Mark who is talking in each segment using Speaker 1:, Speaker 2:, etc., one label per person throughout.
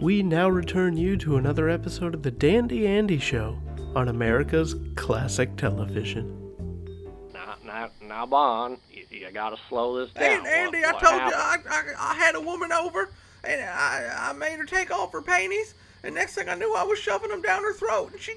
Speaker 1: We now return you to another episode of The Dandy Andy Show on America's Classic Television.
Speaker 2: Now, now, now, Bond, you, you gotta slow this down.
Speaker 3: And, Andy,
Speaker 2: What-
Speaker 3: I
Speaker 2: what
Speaker 3: told you
Speaker 2: happened?
Speaker 3: I, I, I had a woman over, and I, I made her take off her panties, and next thing I knew, I was shoving them down her throat, and she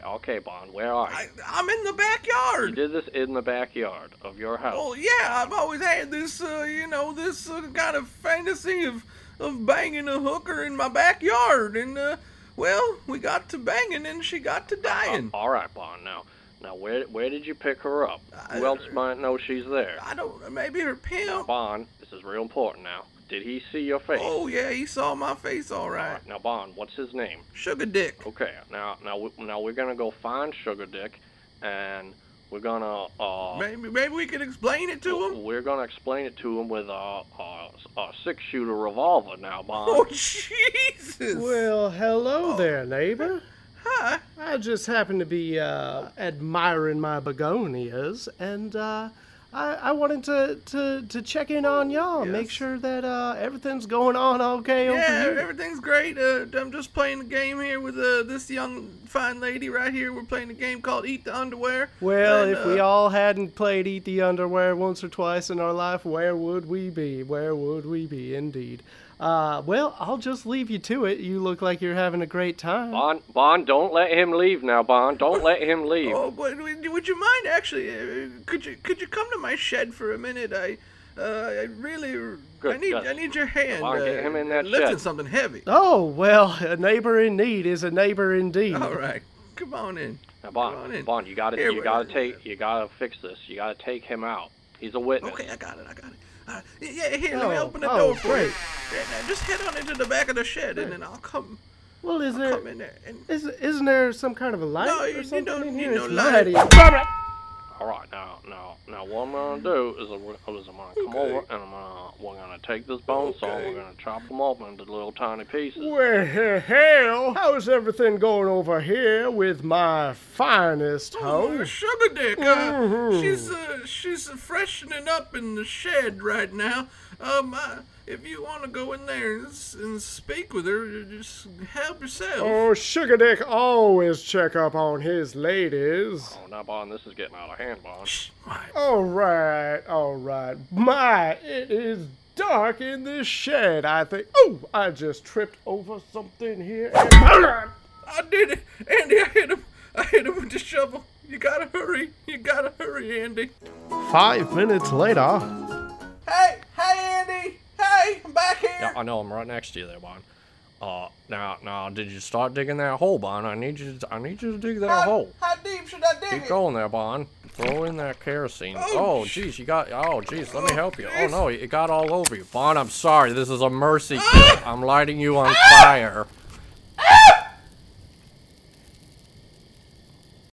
Speaker 2: Okay, okay, Bond, where are
Speaker 3: I,
Speaker 2: you?
Speaker 3: I'm in the
Speaker 2: You
Speaker 3: backyard.
Speaker 2: did this in the backyard of your house.
Speaker 3: Well, yeah, I've always had this, uh, you know, this uh, kind of fantasy of of banging a hooker in my backyard, and uh, well, we got to banging, and she got to dying.
Speaker 2: Uh, all right, Bond. Now, now, where where did you pick her up? Who
Speaker 3: I-
Speaker 2: else might know she's there?
Speaker 3: I don't, maybe her
Speaker 2: Now,
Speaker 3: pimp.
Speaker 2: Bond, this is real important. Now, did he see your face?
Speaker 3: Oh yeah, he saw my face, all
Speaker 2: All
Speaker 3: right.
Speaker 2: right, now, Bond, what's his name?
Speaker 3: Sugar dick.
Speaker 2: Okay, now, now, we- now we're gonna go find Sugar Dick, and we're gonna uh.
Speaker 3: Maybe, maybe we can explain it to him.
Speaker 2: We're gonna explain it to him with a, a, a six shooter revolver now, Bond.
Speaker 3: Oh Jesus!
Speaker 1: Well, hello there, neighbor.
Speaker 3: Huh?
Speaker 1: I just happened to be uh, admiring my begonias, and uh, I, I wanted to, to, to check in on y'all, make
Speaker 3: yes.
Speaker 1: sure that uh, everything's going on okay
Speaker 3: Yeah,
Speaker 1: over here.
Speaker 3: everything's great. Uh, I'm just playing a game here with uh, this young fine lady right here. We're playing a game called Eat the Underwear.
Speaker 1: Well,
Speaker 3: And,
Speaker 1: if we
Speaker 3: uh,
Speaker 1: all hadn't played Eat the Underwear once or twice in our life, where would we be? Where would we be, indeed? Uh, well, I'll just leave you to it. You look like you're having a great time.
Speaker 2: Bond, Bond, don't let him leave now, Bond. Don't let him leave.
Speaker 3: Oh, but would would you mind actually? Uh, could you could you come to my shed for a minute? I, uh, I really, I
Speaker 2: Good,
Speaker 3: need
Speaker 2: yes.
Speaker 3: I need your hand.
Speaker 2: on,
Speaker 3: uh,
Speaker 2: get him in that
Speaker 3: lifting
Speaker 2: shed.
Speaker 3: something heavy.
Speaker 1: Oh, well, a neighbor in need is a neighbor indeed.
Speaker 3: All right, come on in.
Speaker 2: now,
Speaker 3: come on in.
Speaker 2: Bond, Bond, you gotta,
Speaker 3: Here
Speaker 2: you
Speaker 3: we-
Speaker 2: gotta take, you gotta fix this. You gotta take him out. He's a witness.
Speaker 3: Okay, I got it. I got it. Uh, yeah, here, let me
Speaker 1: Oh,
Speaker 3: open the
Speaker 1: oh,
Speaker 3: door for
Speaker 1: great.
Speaker 3: you. Yeah, now just head on into the back of the shed, and then I'll come
Speaker 1: Well, is there
Speaker 3: come in there. And
Speaker 1: is isn't there some kind of a light
Speaker 3: No, you-
Speaker 1: or
Speaker 3: you
Speaker 1: something
Speaker 3: don't
Speaker 1: in
Speaker 3: need
Speaker 1: here?
Speaker 3: no
Speaker 1: It's
Speaker 3: light.
Speaker 1: mighty-
Speaker 2: All right, now, now, now, what I'm gonna do is, I'm gonna, is I'm gonna come
Speaker 3: Okay.
Speaker 2: over and I'm gonna, we're gonna take this bone saw. and
Speaker 3: Okay.
Speaker 2: We're gonna chop them up into little tiny pieces.
Speaker 1: Well, he- hell, how's everything going over here with my finest
Speaker 3: Oh,
Speaker 1: host?
Speaker 3: sugar dick. Uh,
Speaker 1: Mhm.
Speaker 3: she's uh, she's uh, freshening up in the shed right now. Um, uh, if you want to go in there and, s- and speak with her, you just help yourself.
Speaker 1: Oh, Sugar Dick always check up on his ladies.
Speaker 2: Oh, now, Bond, this is getting out of hand, Bond.
Speaker 3: Shh, my-
Speaker 1: All right, all right. My, it is dark in this shed. I think. Oh, I just tripped over something here. And...
Speaker 3: I did it, Andy. I hit him. I hit him with the shovel. You gotta hurry. You gotta hurry, Andy.
Speaker 1: Five minutes later.
Speaker 3: Hey, hey, Andy. Hey, I'm back here.
Speaker 2: Yeah, I know. I'm right next to you there, Bond. Uh, now, now, did you start digging that hole, Bond? I need you. To, I need you to dig that hole.
Speaker 3: how deep should I dig
Speaker 2: Keep going there, Bond. Throw in that kerosene.
Speaker 3: Oh,
Speaker 2: Oh, jeez, you got. Oh, jeez, let me
Speaker 3: Oh,
Speaker 2: help you. Oh
Speaker 3: jeez. Ah!
Speaker 2: no, it got all over you, Bond. I'm sorry. This is a mercy kit. I'm lighting you on fire.